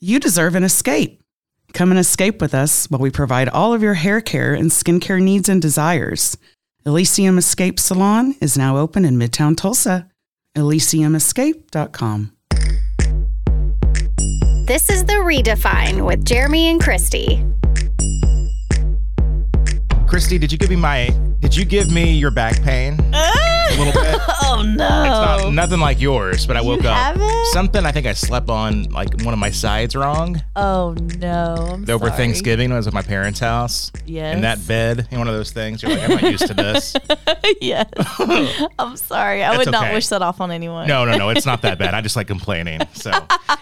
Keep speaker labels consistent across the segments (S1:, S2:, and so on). S1: You deserve an escape. Come and escape with us while we provide all of your hair care and skincare needs and desires. Elysium Escape Salon is now open in Midtown Tulsa. ElysiumEscape.com.
S2: This is The Redefine with Jeremy and Christy.
S3: Christy, did you give me my? Did you give me your back pain? A little bit.
S4: Oh no.
S3: It's not nothing like yours, but I woke up.
S4: have it?
S3: Something I think I slept on like one of my sides wrong
S4: oh no. I'm
S3: over
S4: sorry.
S3: Thanksgiving. when I was at my parents' house.
S4: Yes.
S3: In that bed, you know, one of those things. You're like, I'm not used to this.
S4: yes. I'm sorry. I
S3: It's
S4: would not
S3: okay.
S4: wish that off on anyone.
S3: No, no, no. It's not that bad. I just like complaining. So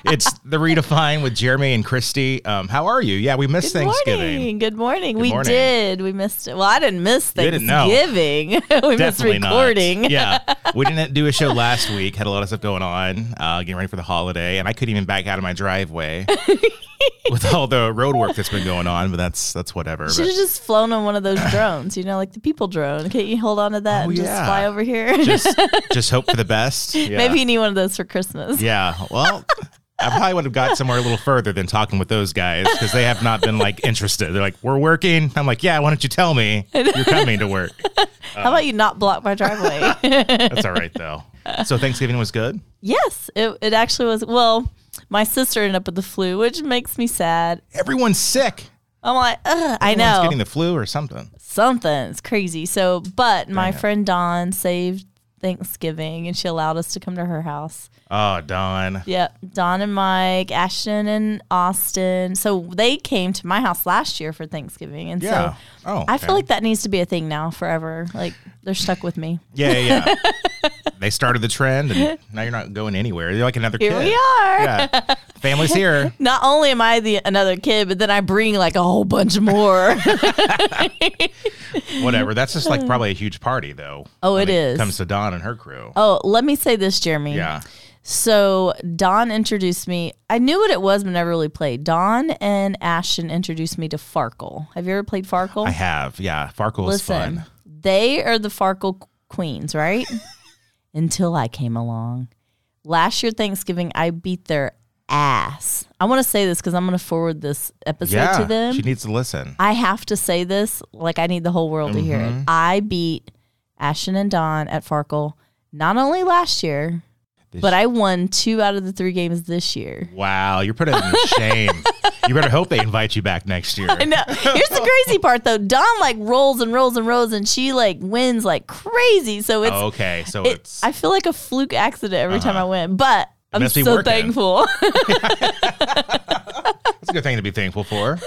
S3: it's the redefine with Jeremy and Christy. Um, how are you? Yeah, we missed
S4: Good
S3: Thanksgiving.
S4: morning. Good morning. we
S3: morning.
S4: did. We missed it. Well, I didn't miss
S3: You didn't
S4: Thanksgiving.
S3: know.
S4: we missed
S3: Definitely
S4: recording.
S3: Not. Yeah, we didn't do a show last week. Had a lot of stuff going on, uh, getting ready for the holiday, and I couldn't even back out of my driveway with all the road work that's been going on. But that's that's whatever.
S4: Should
S3: But
S4: have just flown on one of those drones, you know, like the people drone. Can't you hold on to that
S3: Oh,
S4: and
S3: yeah.
S4: just fly over here?
S3: just just hope for the best. Yeah.
S4: Maybe you need one of those for Christmas.
S3: Yeah. Well. I probably would have got somewhere a little further than talking with those guys because they have not been like interested. They're like, "We're working." I'm like, "Yeah, why don't you tell me you're coming to work?"
S4: How about you not block my driveway?
S3: That's all right though. So Thanksgiving was good.
S4: Yes, it, it actually was. Well, my sister ended up with the flu, which makes me sad.
S3: Everyone's sick.
S4: I'm like, Ugh, I
S3: Everyone's
S4: know
S3: getting the flu or something.
S4: something. It's crazy. So, but my
S3: Dang it.
S4: friend Dawn saved Thanksgiving, and she allowed us to come to her house.
S3: Oh, Don.
S4: Yep, Dawn and Mike, Ashton and Austin. So they came to my house last year for Thanksgiving, and
S3: Yeah.
S4: so.
S3: oh,
S4: I
S3: okay.
S4: feel like that needs to be a thing now forever. Like they're stuck with me.
S3: Yeah, yeah. yeah. they started the trend, and now you're not going anywhere. You're like another
S4: Here
S3: kid.
S4: we are.
S3: Yeah. Family's here.
S4: Not only am I the another kid, but then I bring like a whole bunch more.
S3: Whatever. That's just like probably a huge party, though.
S4: Oh,
S3: when
S4: it is.
S3: Comes to Don and her crew.
S4: Oh, let me say this, Jeremy.
S3: Yeah.
S4: So Don introduced me. I knew what it was, but never really played. Don and Ashton introduced me to Farkle. Have you ever played Farkle?
S3: I have. Yeah. Farkle was
S4: Listen,
S3: fun.
S4: they are the Farkle queens, right? Until I came along. Last year Thanksgiving, I beat their ass. I want to say this because I'm going to forward this episode
S3: Yeah.
S4: to them.
S3: She needs to listen.
S4: I have to say this, like I need the whole world to hear
S3: Mm-hmm.
S4: it. I beat Ashton and Don at Farkle not only last year,
S3: This
S4: but I won two out of the three games this year.
S3: Wow. You're putting them in shame. You better hope they invite you back next year.
S4: I know. Here's the crazy part though. Don like rolls and rolls and rolls and she like wins like crazy. So it's
S3: okay. So
S4: it,
S3: Oh, it's. Uh-huh.
S4: I feel like a fluke accident every time I win, but I'm
S3: must be
S4: so
S3: working.
S4: thankful.
S3: That's a good thing to be thankful for.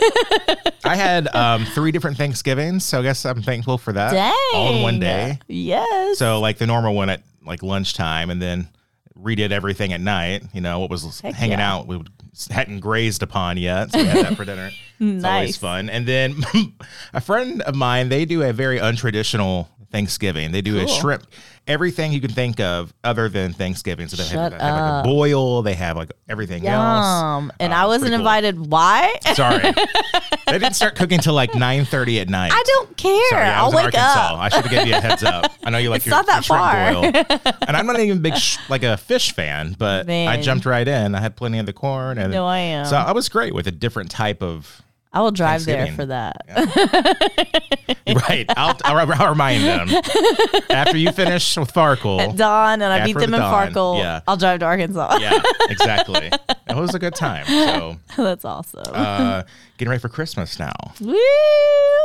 S3: I had um, three different Thanksgivings, so I guess I'm thankful for that.
S4: Dang.
S3: All in one day.
S4: Yes.
S3: So like the normal one at like lunchtime, and then redid everything at night. You know what was
S4: Heck
S3: hanging
S4: yeah.
S3: out we hadn't grazed upon yet, so we had that for dinner. It's always
S4: Nice.
S3: fun. And then a friend of mine, they do a very untraditional Thanksgiving. They do a
S4: Cool.
S3: shrimp, everything you can think of other than Thanksgiving. So they have,
S4: Shut
S3: they have like a
S4: up.
S3: boil. They have like everything else.
S4: Yum. And
S3: Uh,
S4: I wasn't
S3: pretty cool.
S4: invited. Why?
S3: Sorry. they didn't start cooking till like 9.30 at night.
S4: I don't care.
S3: Sorry, I
S4: I'll
S3: was in
S4: wake
S3: Arkansas.
S4: up.
S3: I should have given you a heads up. I know you like
S4: It's
S3: your,
S4: not that
S3: your
S4: far.
S3: shrimp boil. and I'm not even a big sh- like a fish fan, but I
S4: Man.
S3: jumped right in. I had plenty of the corn, and
S4: No, I am.
S3: so I was great with a different type of.
S4: I will drive there
S3: Thanksgiving.
S4: for that.
S3: Right, I'll, I'll, I'll remind them after you finish with Farkle.
S4: At dawn, and I
S3: Yeah,
S4: beat
S3: for
S4: them
S3: the
S4: in
S3: dawn.
S4: Farkle.
S3: Yeah.
S4: I'll drive to Arkansas.
S3: Yeah, exactly. It was a good time. So,
S4: That's awesome.
S3: uh, getting ready for Christmas now.
S4: Woo!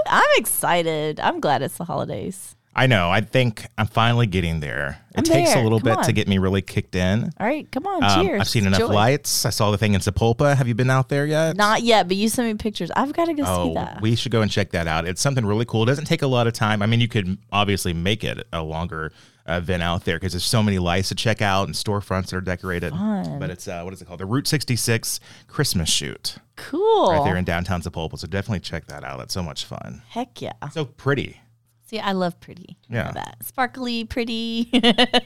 S4: I'm excited. I'm glad it's the holidays.
S3: I know. I think I'm finally getting there. It
S4: I'm
S3: takes a
S4: there.
S3: little
S4: Come
S3: bit to
S4: on.
S3: get me really kicked in.
S4: All right, come on.
S3: Um,
S4: cheers.
S3: I've seen enough
S4: Joy.
S3: lights. I saw the thing in Sepulpa. Have you been out there yet? Oh,
S4: Not yet, but you sent me pictures. I've got to go see that.
S3: we should go and check that out. It's something really cool. It doesn't take a lot of time. I mean, you could obviously make it a longer event out there because there's so many lights to check out and storefronts that are decorated.
S4: Fun.
S3: But it's uh, what is it called? The Route 66 Christmas shoot
S4: cool.
S3: right there in downtown Sepulpa. So definitely check that out. That's so much fun.
S4: Heck yeah.
S3: So pretty.
S4: See, I love pretty. I
S3: Yeah.
S4: love that sparkly, pretty.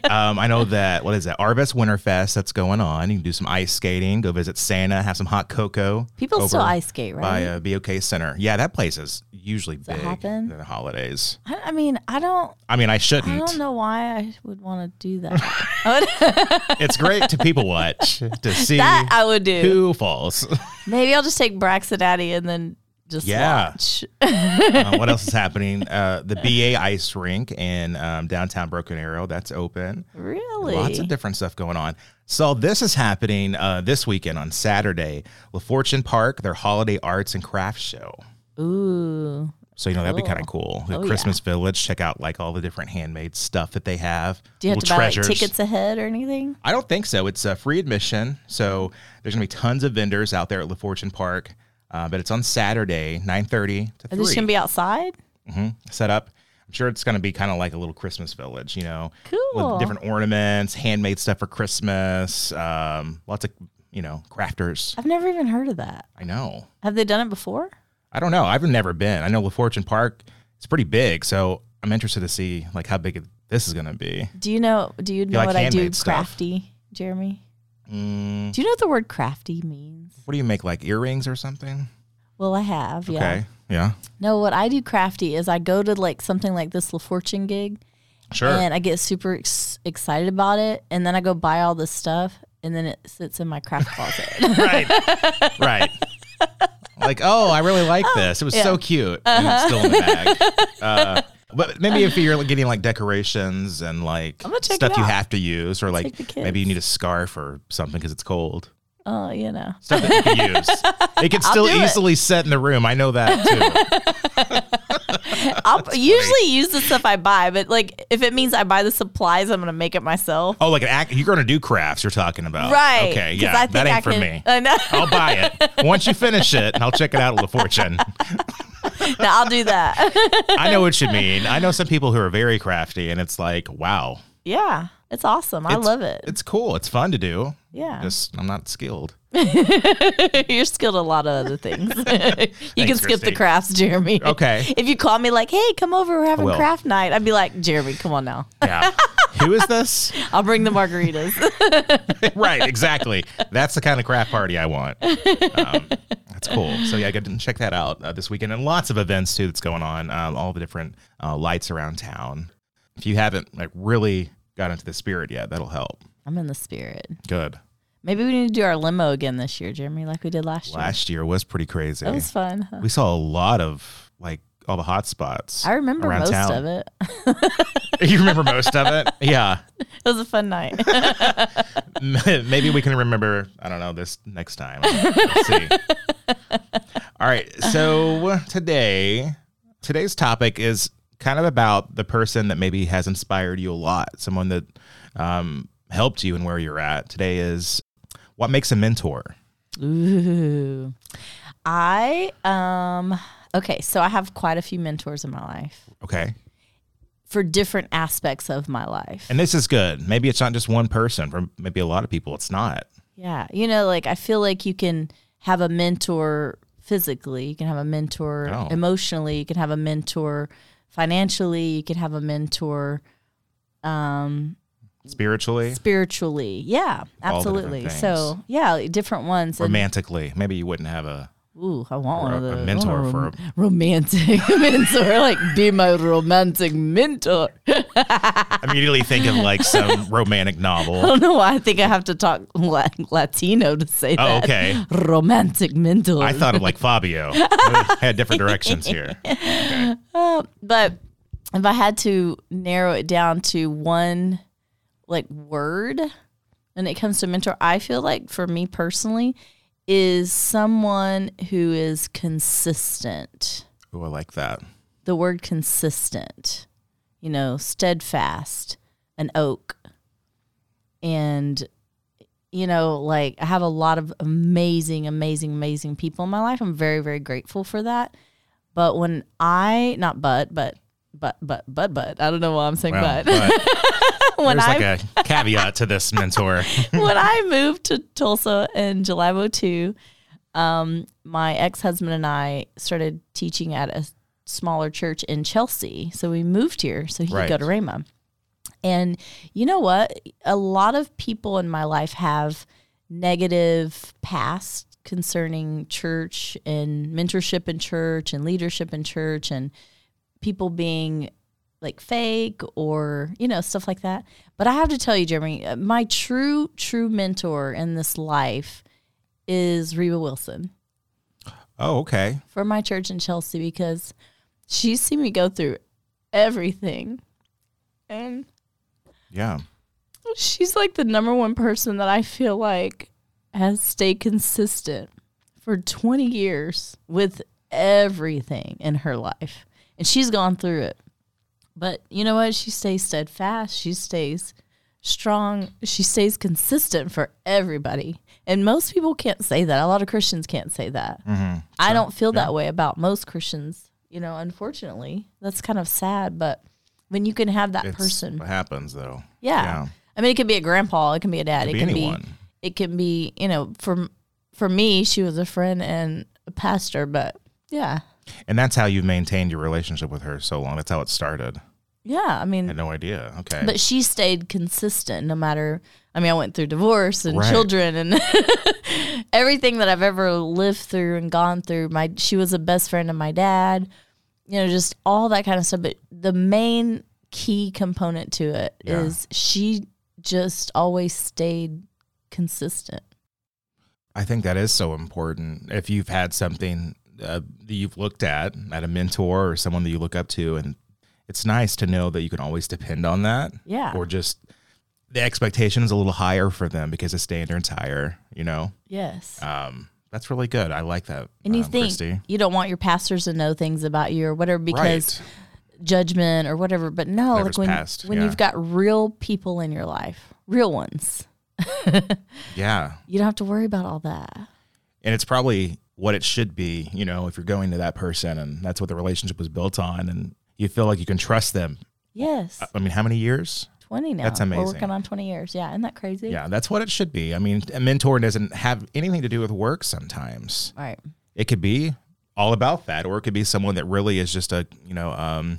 S3: Um, I know that what is that? Arvest Winterfest that's going on. You can do some ice skating, go visit Santa, have some hot cocoa.
S4: People
S3: over
S4: still ice skate,
S3: by
S4: right?
S3: uh, BOK Center. Yeah, that place is usually
S4: it
S3: big
S4: happen?
S3: during the holidays.
S4: I, I mean, I don't.
S3: I mean, I
S4: I
S3: shouldn't.
S4: don't know why I would want to do that.
S3: it's great to people watch to see
S4: that I would do.
S3: who falls.
S4: Maybe I'll just take Brax and Addy and then just
S3: Yeah.
S4: watch.
S3: Uh, what else is happening? Uh, the BA Ice Rink in um, downtown Broken Arrow that's open.
S4: really?
S3: Lots of different stuff going on. So this is happening uh, this weekend on Saturday, LaFortune Park, their holiday arts and crafts show.
S4: Ooh.
S3: So you know that'd be
S4: Cool.
S3: kind of cool.
S4: Oh, yeah.
S3: Christmas Village, check out like all the different handmade stuff that they have.
S4: Do you have
S3: Little
S4: to buy like,
S3: treasures.
S4: tickets ahead or anything?
S3: I don't think so. It's a free admission. So there's gonna be tons of vendors out there at LaFortune Park. Uh, but it's on Saturday, 9.30 to
S4: Are
S3: 3.
S4: this going to be outside?
S3: hmm set up. I'm sure it's going to be kind of like a little Christmas village, you know,
S4: Cool.
S3: with different ornaments, handmade stuff for Christmas, um, lots of you know crafters.
S4: I've never even heard of that.
S3: I know.
S4: Have they done it before?
S3: I don't know. I've never been. I know LaFortune Park. It's pretty big, so I'm interested to see like how big it- this is going to be.
S4: Do you know? Do you know
S3: like
S4: what I do?
S3: handmade stuff?
S4: Crafty, Jeremy.
S3: Mm,
S4: Do you know what the word crafty means?
S3: what do you make like earrings or something?
S4: Well, I have. Yeah.
S3: Okay. Yeah.
S4: No, what I do crafty is I go to like something like this LaFortune gig,
S3: Sure.
S4: and I get super ex- excited about it, and then I go buy all this stuff, and then it sits in my craft closet.
S3: right. Right. Like, oh, I really like this. It was so cute. And it's still in the bag.
S4: Uh-huh.
S3: Uh, but maybe if you're getting like decorations and like
S4: I'm gonna check
S3: stuff
S4: it
S3: you
S4: out.
S3: have to use, or like
S4: Take the
S3: maybe you need a scarf or something because it's cold.
S4: oh, you know.
S3: Stuff that you can use. It can
S4: I'll
S3: still
S4: do it.
S3: easily set in the room. I know that too.
S4: I'll usually use the stuff I buy, but like if it means I buy the supplies, I'm gonna make it myself.
S3: Oh, like an act. You're going to do crafts. You're talking about,
S4: right?
S3: Oh, Okay,
S4: 'Cause
S3: yeah,
S4: I think
S3: that ain't
S4: I
S3: for
S4: can-
S3: me. Oh.
S4: I know.
S3: I'll buy it once you finish it, and I'll check it out at La Fortune.
S4: no, I'll do that.
S3: I know what you mean. I know some people who are very crafty, and it's like, wow,
S4: yeah, it's awesome. I
S3: It's-
S4: love it.
S3: It's cool. It's fun to do.
S4: yeah,
S3: Just I'm not skilled.
S4: you're skilled at a lot of other things. you can skip
S3: Christy.
S4: the crafts, Jeremy.
S3: Okay.
S4: If you call me like, "Hey, come over, we're having
S3: will.
S4: craft night," I'd be like, "Jeremy, come on now.
S3: Yeah. Who is this?
S4: I'll bring the margaritas."
S3: right. Exactly. That's the kind of craft party I want. Um, that's cool. So yeah, go check that out uh, this weekend, and lots of events too that's going on. Um, all the different uh, lights around town. If you haven't like really got into the spirit yet, that'll help.
S4: I'm in the spirit.
S3: Good.
S4: Maybe we need to do our limo again this year, Jeremy, like we did last,
S3: Last year was pretty crazy.
S4: year. That was fun. huh?
S3: we saw a lot of like all the hot spots.
S4: I remember
S3: around
S4: most
S3: town.
S4: of it.
S3: You remember most of it? Yeah.
S4: it was a fun night.
S3: Maybe we can remember. I don't know this next time. Let's see. All right. So today, today's topic is kind of about the person that maybe has inspired you a lot, someone that um, helped you and where you're at. Today is what makes a mentor.
S4: Ooh. I um okay, so I have quite a few mentors in my life
S3: Okay.
S4: for different aspects of my life.
S3: And this is good. Maybe it's not just one person. For maybe a lot of people, it's not.
S4: yeah, you know, like I feel like you can have a mentor physically, you can have a mentor
S3: Oh.
S4: emotionally, you can have a mentor financially, you can have a mentor um
S3: Spiritually,
S4: spiritually. Yeah,
S3: All the different
S4: absolutely. So,
S3: things.
S4: yeah, different ones and
S3: romantically, maybe you wouldn't have a
S4: Ooh, I want one
S3: Or
S4: of
S3: a- a
S4: those. I
S3: mentor
S4: want
S3: for a-
S4: romantic mentor, like be my romantic mentor. I
S3: immediately think of like some romantic novel.
S4: don't know why I think I have to talk la- Latino to say
S3: Oh,
S4: that.
S3: okay.
S4: Romantic mentor.
S3: I thought of like Fabio. We had different directions here.
S4: but if I had to narrow it down to one like word when it comes to mentor, I feel like for me personally is someone who is consistent.
S3: Oh, I like that.
S4: the word consistent, you know, steadfast, an oak. And, you know, like I have a lot of amazing, amazing, amazing people in my life. I'm very, very grateful for that. But when I, not but, but, but, but, but, but, I don't know why I'm saying
S3: Wow.
S4: but.
S3: but
S4: when
S3: there's
S4: I
S3: like a caveat to this mentor.
S4: when I moved to Tulsa in July oh of 02, um, my ex husband and I started teaching at a smaller church in Chelsea. So we moved here so he
S3: Right.
S4: could go to Rhema. And you know what? A lot of people in my life have negative past concerning church and mentorship in church and leadership in church and people being like fake or you know stuff like that but i have to tell you jeremy uh, my true true mentor in this life is reba wilson
S3: Oh, okay.
S4: for my church in chelsea because she's seen me go through everything and
S3: Yeah.
S4: she's like the number one person that i feel like has stayed consistent for 20 years with everything in her life and she's gone through it But you know what? She stays steadfast. She stays strong. She stays consistent for everybody. And most people can't say that. A lot of Christians can't say that. I don't feel that way about most Christians. You know, unfortunately, that's kind of sad. But when you can have that
S3: It's
S4: person,
S3: What happens though?
S4: yeah. I mean, it could be a grandpa. It can be a dad.
S3: Could
S4: It,
S3: be
S4: can
S3: anyone.
S4: be. It can be. You know, for for me, she was a friend and a pastor. But yeah,
S3: And that's how you've maintained your relationship with her so long. That's how it started.
S4: yeah. I
S3: I
S4: mean,
S3: had no idea. Okay.
S4: But she stayed consistent no matter I mean I went through divorce and
S3: Right.
S4: children and everything that I've ever lived through and gone through. My she was a best friend of my dad. You know, just all that kind of stuff, but the main key component to it is
S3: Yeah.
S4: she just always stayed consistent.
S3: I think that is so important. If you've had something uh, that you've looked at, at a mentor or someone that you look up to, and it's nice to know that you can always depend on that.
S4: Yeah.
S3: Or just the expectation is a little higher for them because the standard's higher, you know?
S4: Yes.
S3: Um, that's really good. I like that.
S4: and you
S3: um,
S4: think
S3: Christy.
S4: you don't want your pastors to know things about you or whatever because
S3: right.
S4: judgment or whatever. But no,
S3: Whatever's
S4: like when
S3: past,
S4: when
S3: yeah.
S4: you've got real people in your life, real ones,
S3: Yeah.
S4: you don't have to worry about all that.
S3: and it's probably what it should be you know if you're going to that person and that's what the relationship was built on and you feel like you can trust them
S4: Yes,
S3: i mean how many years
S4: twenty now.
S3: Uh, that's
S4: We're
S3: amazing.
S4: working on twenty years. Yeah, isn't that crazy?
S3: yeah that's what it should be i mean a mentor doesn't have anything to do with work sometimes
S4: All right.
S3: it could be all about that or it could be someone that really is just a you know um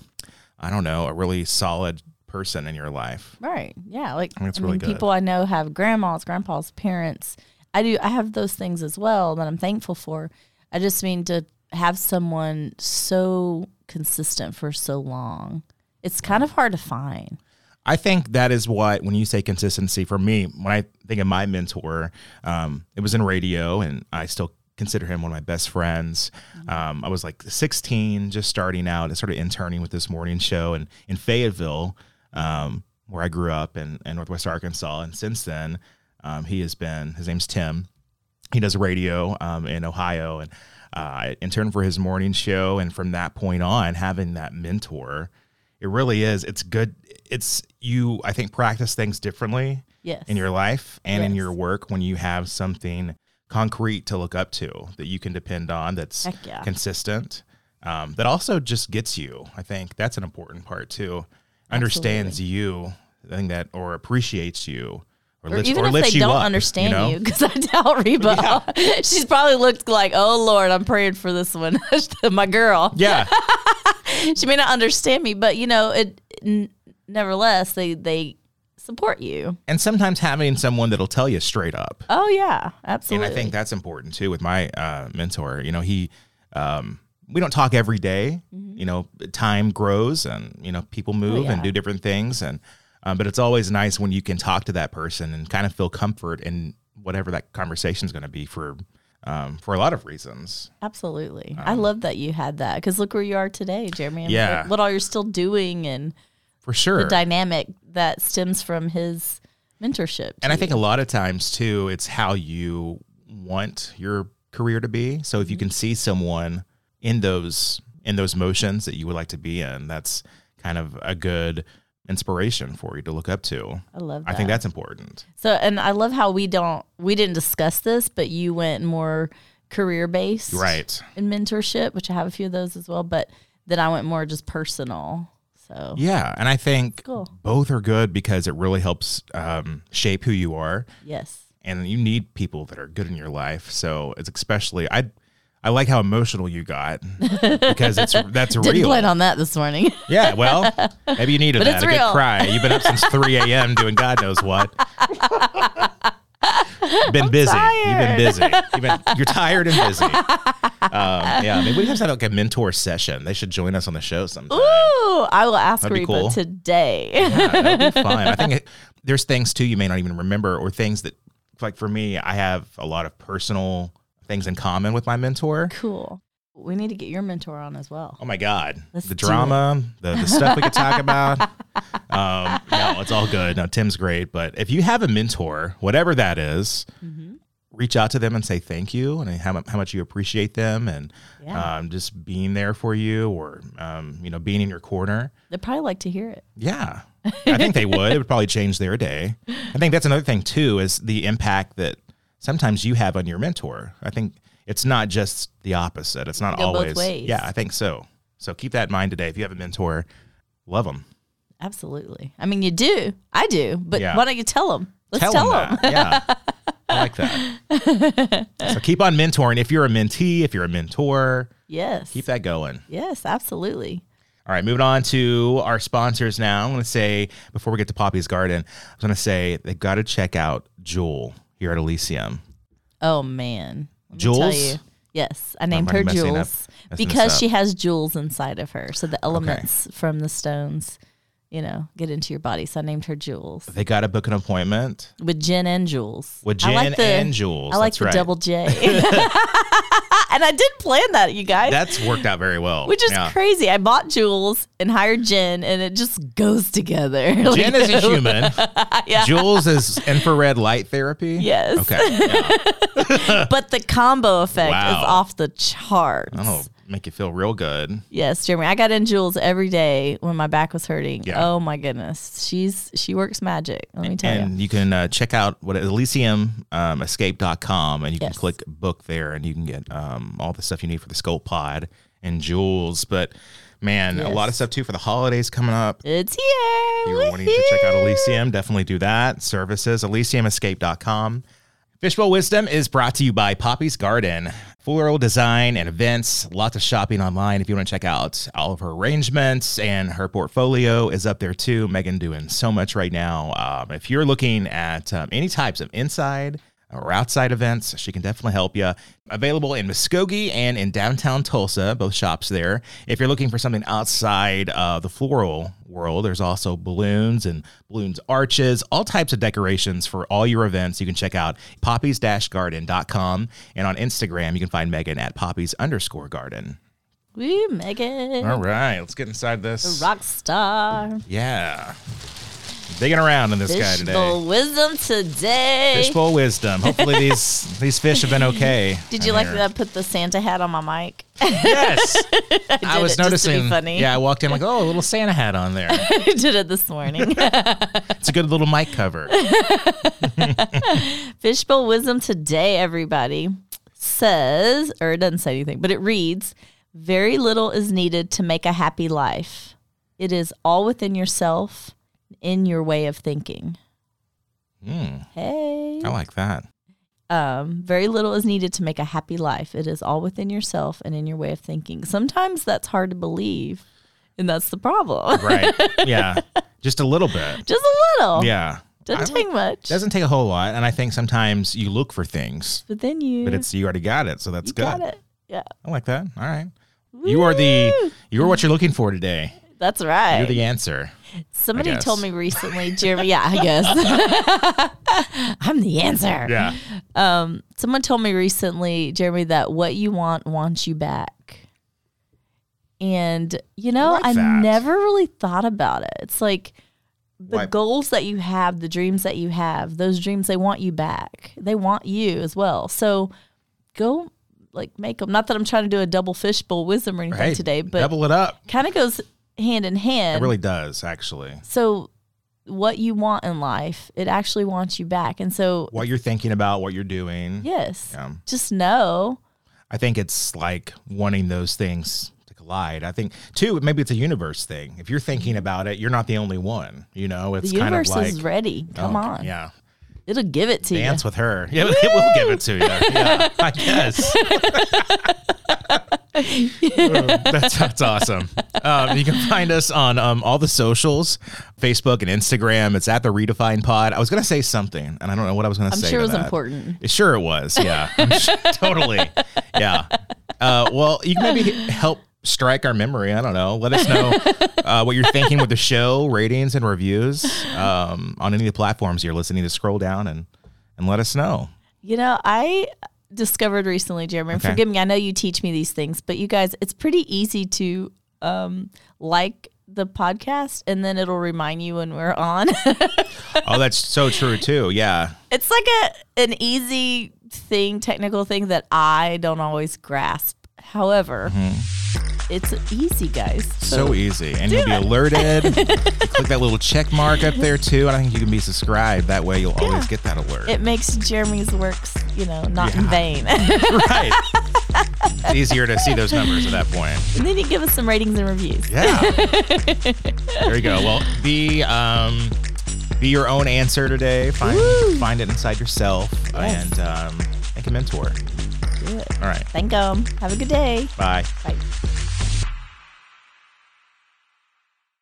S3: i don't know a really solid person in your life
S4: Right. Yeah. Like
S3: think it's
S4: I
S3: really
S4: mean,
S3: good.
S4: people I know have grandmas, grandpas, parents. I do. I have those things as well that I'm thankful for. I just mean to have someone so consistent for so long. It's kind of hard to find.
S3: I think that is what when you say consistency for me, when I think of my mentor, um, it was in radio, and I still consider him one of my best friends. Um, I was like 16, just starting out, and started interning with this morning show, and in Fayetteville, um, where I grew up in, in Northwest Arkansas, and since then, um, he has been. His name's Tim he does radio um, in Ohio, and uh, I interned for his morning show. And from that point on, having that mentor, it really is. It's good. It's you. I think practice things differently
S4: Yes.
S3: in your life and in
S4: Yes.
S3: your work when you have something concrete to look up to that you can depend on. That's
S4: Heck yeah.
S3: consistent. Um, that also just gets you. I think that's an important part too. Understands you. I think that or appreciates you.
S4: or
S3: lifts-
S4: even if
S3: lifts
S4: they don't
S3: up,
S4: understand
S3: know?
S4: you, because I doubt Reba. She's probably looked like, "Oh Lord, I'm praying for this one, my girl."
S3: Yeah.
S4: She may not understand me, but you know, it. N- nevertheless, they they support you.
S3: and sometimes having someone that'll tell you straight up
S4: Oh yeah, absolutely.
S3: and i think that's important too with my uh, mentor you know he um, we don't talk every day. you know time grows and you know people move and
S4: Mm-hmm. Oh, yeah.
S3: do different things and um, but it's always nice when you can talk to that person and kind of feel comfort in whatever that conversation is going to be for um, for a lot of reasons
S4: absolutely. I love that you had that because look where you are today, Jeremy. and
S3: Um, Yeah.
S4: what, what all you're still doing and
S3: for sure
S4: the dynamic that stems from his mentorship.
S3: And I
S4: to
S3: think a lot of times too, it's how you want your career to be. So if you can
S4: Mm-hmm.
S3: see someone in those in those motions that you would like to be in, that's kind of a good inspiration for you to look up to.
S4: you. I love. That.
S3: I think that's important.
S4: So, and I love how we don't we didn't discuss this, but you went more career based,
S3: Right.
S4: In mentorship, which I have a few of those as well, but then I went more just personal. So,
S3: Yeah, and I think
S4: Cool.
S3: both are good because it really helps um, shape who you are.
S4: yes,
S3: and you need people that are good in your life. So it's especially I I like how emotional you got because it's that's
S4: Didn't
S3: real.
S4: plan on that this morning.
S3: Yeah, well, maybe you needed
S4: But
S3: that.
S4: it's
S3: a
S4: real.
S3: good cry. You've been up since 3 a.m. doing God knows what. been busy. You've been busy. You've been, you're tired and busy. Um, yeah, maybe we have to have like a mentor session. They should join us on the show sometime.
S4: Ooh, I will ask
S3: That'd be
S4: Reba
S3: cool.
S4: today.
S3: Yeah, that'd be fun. I think it, there's things too you may not even remember, or things that, like for me, I have a lot of personal things in common with my mentor.
S4: cool. We need to get your mentor on as well.
S3: Oh my God.
S4: Let's
S3: the
S4: do
S3: drama, the, the stuff we could talk about. Um, no, it's all good. No, Tim's great. But if you have a mentor, whatever that is,
S4: Mm-hmm.
S3: reach out to them and say thank you and how, mu- how much you appreciate them and
S4: Yeah.
S3: um, just being there for you or, um, you know, being in your corner.
S4: They'd probably like to hear it.
S3: Yeah. I think they would. It would probably change their day. I think that's another thing too is the impact that sometimes you have on your mentor. I think it's not just the opposite. It's not
S4: Go both
S3: always.
S4: ways.
S3: Yeah, I think so. So keep that in mind today. If you have a mentor, love them.
S4: Absolutely. I mean, you do. I do. But
S3: Yeah.
S4: why don't you tell them? Let's tell, them.
S3: that. Yeah. I like that. So keep on mentoring. If you're a mentee, if you're a mentor,
S4: Yes.
S3: keep that going.
S4: Yes, absolutely.
S3: All right, moving on to our sponsors now. I'm going to say, before we get to Poppy's Garden, I was going to say they've got to check out Jewel here at Elysium.
S4: Oh man. Let me
S3: Jewels?
S4: tell you. Yes, I named
S3: already
S4: her
S3: messing up-
S4: Jules
S3: messing this
S4: because
S3: up.
S4: she has jewels inside of her. So the elements from the stones, you know, get into your body. So I named her Jules
S3: They got to book an appointment.
S4: with gin and Jules.
S3: With
S4: I
S3: gin and Jules,
S4: I like
S3: that's
S4: the
S3: right.
S4: double J. and I did plan that, you guys.
S3: That's worked out very well.
S4: which is
S3: Yeah.
S4: crazy. I bought Jules and hired Jen, and it just goes together.
S3: Jen is a human.
S4: Yeah.
S3: Jules is infrared light therapy.
S4: Yes.
S3: Okay. Yeah.
S4: but the combo effect
S3: Wow. Oh.
S4: is off the charts.
S3: That'll make you feel real good.
S4: Yes, Jeremy. I got in Jules every day when my back was hurting.
S3: Yeah.
S4: Oh my goodness. She's she works magic. Let me tell you.
S3: And you can uh, check out what Elysium um, Escape.com and you
S4: Yes.
S3: can click book there and you can get um, all the stuff you need for the Sculpt Pod and Jules. But man, a lot of
S4: Yes.
S3: stuff too for the holidays coming up.
S4: It's here.
S3: If you're wanting to check out Elysium, definitely do that. Services, ElysiumEscape.com. Fishbowl Wisdom is brought to you by Poppy's Garden. Floral design and events, lots of shopping online if you want to check out all of her arrangements, and her portfolio is up there too. Megan doing so much right now. Um, if you're looking at um, any types of inside or outside events, she can definitely help you. Available in Muskogee and in downtown Tulsa, both shops there. If you're looking for something outside uh, the floral world, there's also balloons and balloons arches, all types of decorations for all your events. You can check out poppies-garden.com. And on Instagram, you can find Megan at poppies underscore garden.
S4: Woo, Megan.
S3: All right, let's get inside this.
S4: Rock star.
S3: Yeah. Digging around in this guy today.
S4: Fishbowl wisdom today.
S3: Fishbowl wisdom. Hopefully these these fish have been okay.
S4: Did you
S3: in
S4: like
S3: there.
S4: that I put the Santa hat on my mic?
S3: Yes. I,
S4: did
S3: was
S4: it just to be
S3: noticing.
S4: funny.
S3: Yeah, I walked in like, oh, a little Santa hat on there.
S4: I did it this morning.
S3: It's a good little mic cover.
S4: Fishbowl Wisdom Today, everybody, says, or it doesn't say anything, but it reads Very little is needed to make a happy life. It is all within yourself, in your way of thinking.
S3: Mm,
S4: Hey.
S3: I like that.
S4: Um, very little is needed to make a happy life. It is all within yourself and in your way of thinking. Sometimes that's hard to believe, and that's the problem.
S3: Right. Yeah. Just a little bit.
S4: Just a little.
S3: Yeah. I
S4: Doesn't
S3: like-
S4: take much.
S3: Oh. doesn't take a whole lot. And I think sometimes you look for things,
S4: but then you,
S3: but it's you already got it. So that's
S4: you
S3: good.
S4: got it. Yeah.
S3: I like that. All right. You are the you are what you're looking for today.
S4: That's right.
S3: You're the answer.
S4: Somebody
S3: guess.
S4: told me recently, Jeremy. Yeah, I guess I'm the answer.
S3: Yeah.
S4: Um, someone told me recently, Jeremy, that what you want wants you back. And you
S3: I
S4: know, I,
S3: like that.
S4: never really thought about it. It's like the
S3: Why-
S4: goals that you have, the dreams that you have, those dreams they want you back. They want you as well. So go like make them. Not that I'm trying to do a double fishbowl wisdom or anything
S3: Hey,
S4: today, but
S3: double it up.
S4: kind of goes hand in hand.
S3: It really does, actually.
S4: So what you want in life, it actually wants you back. And so
S3: What you're thinking about, what you're doing.
S4: yes,
S3: Yeah.
S4: just know.
S3: I think it's like wanting those things to collide. I think too, maybe it's a universe thing. If you're thinking about it, you're not the only one. You know,
S4: Mm-hmm. The
S3: it's kind of
S4: universe
S3: like
S4: is ready. Come
S3: Oh,
S4: on.
S3: yeah.
S4: It'll give it to
S3: Dance with her. Yeah, it will give it to you. Yeah, I guess. Um, that's, that's awesome. Um, you can find us on um, all the socials, Facebook and Instagram. It's at the Redefine Pod. I was gonna say something, and I don't know what I was gonna
S4: I'm
S3: say.
S4: sure
S3: to
S4: it was
S3: that.
S4: important.
S3: It sure it was. Yeah, I'm sure- totally. Yeah. Uh, well, you can maybe help strike our memory. I don't know. Let us know uh, what you're thinking with the show, ratings and reviews um, on any of the platforms you're listening to. Scroll down and and let us know.
S4: You know, I discovered recently, Jeremy, and
S3: Okay.
S4: forgive me, I know you teach me these things, but you guys, it's pretty easy to um, like the podcast and then it'll remind you when we're on.
S3: Oh, that's so true too. Yeah.
S4: it's like a an easy thing, technical thing that I don't always grasp. However,
S3: Mm-hmm.
S4: it's easy, guys.
S3: So easy. And you'll be alerted. Click that little check mark up there too. And I think you can be subscribed. That way you'll always get that alert.
S4: it makes Jeremy's works, you know, not in vain. and
S3: right. It's easier to see those numbers at that point.
S4: then you give us some ratings and reviews.
S3: Yeah. there you go. Well, be um, be your own answer today. Find find it inside yourself and um, make a mentor.
S4: Do it.
S3: All right.
S4: Thank 'em. Have a good day.
S3: Bye.
S4: Bye.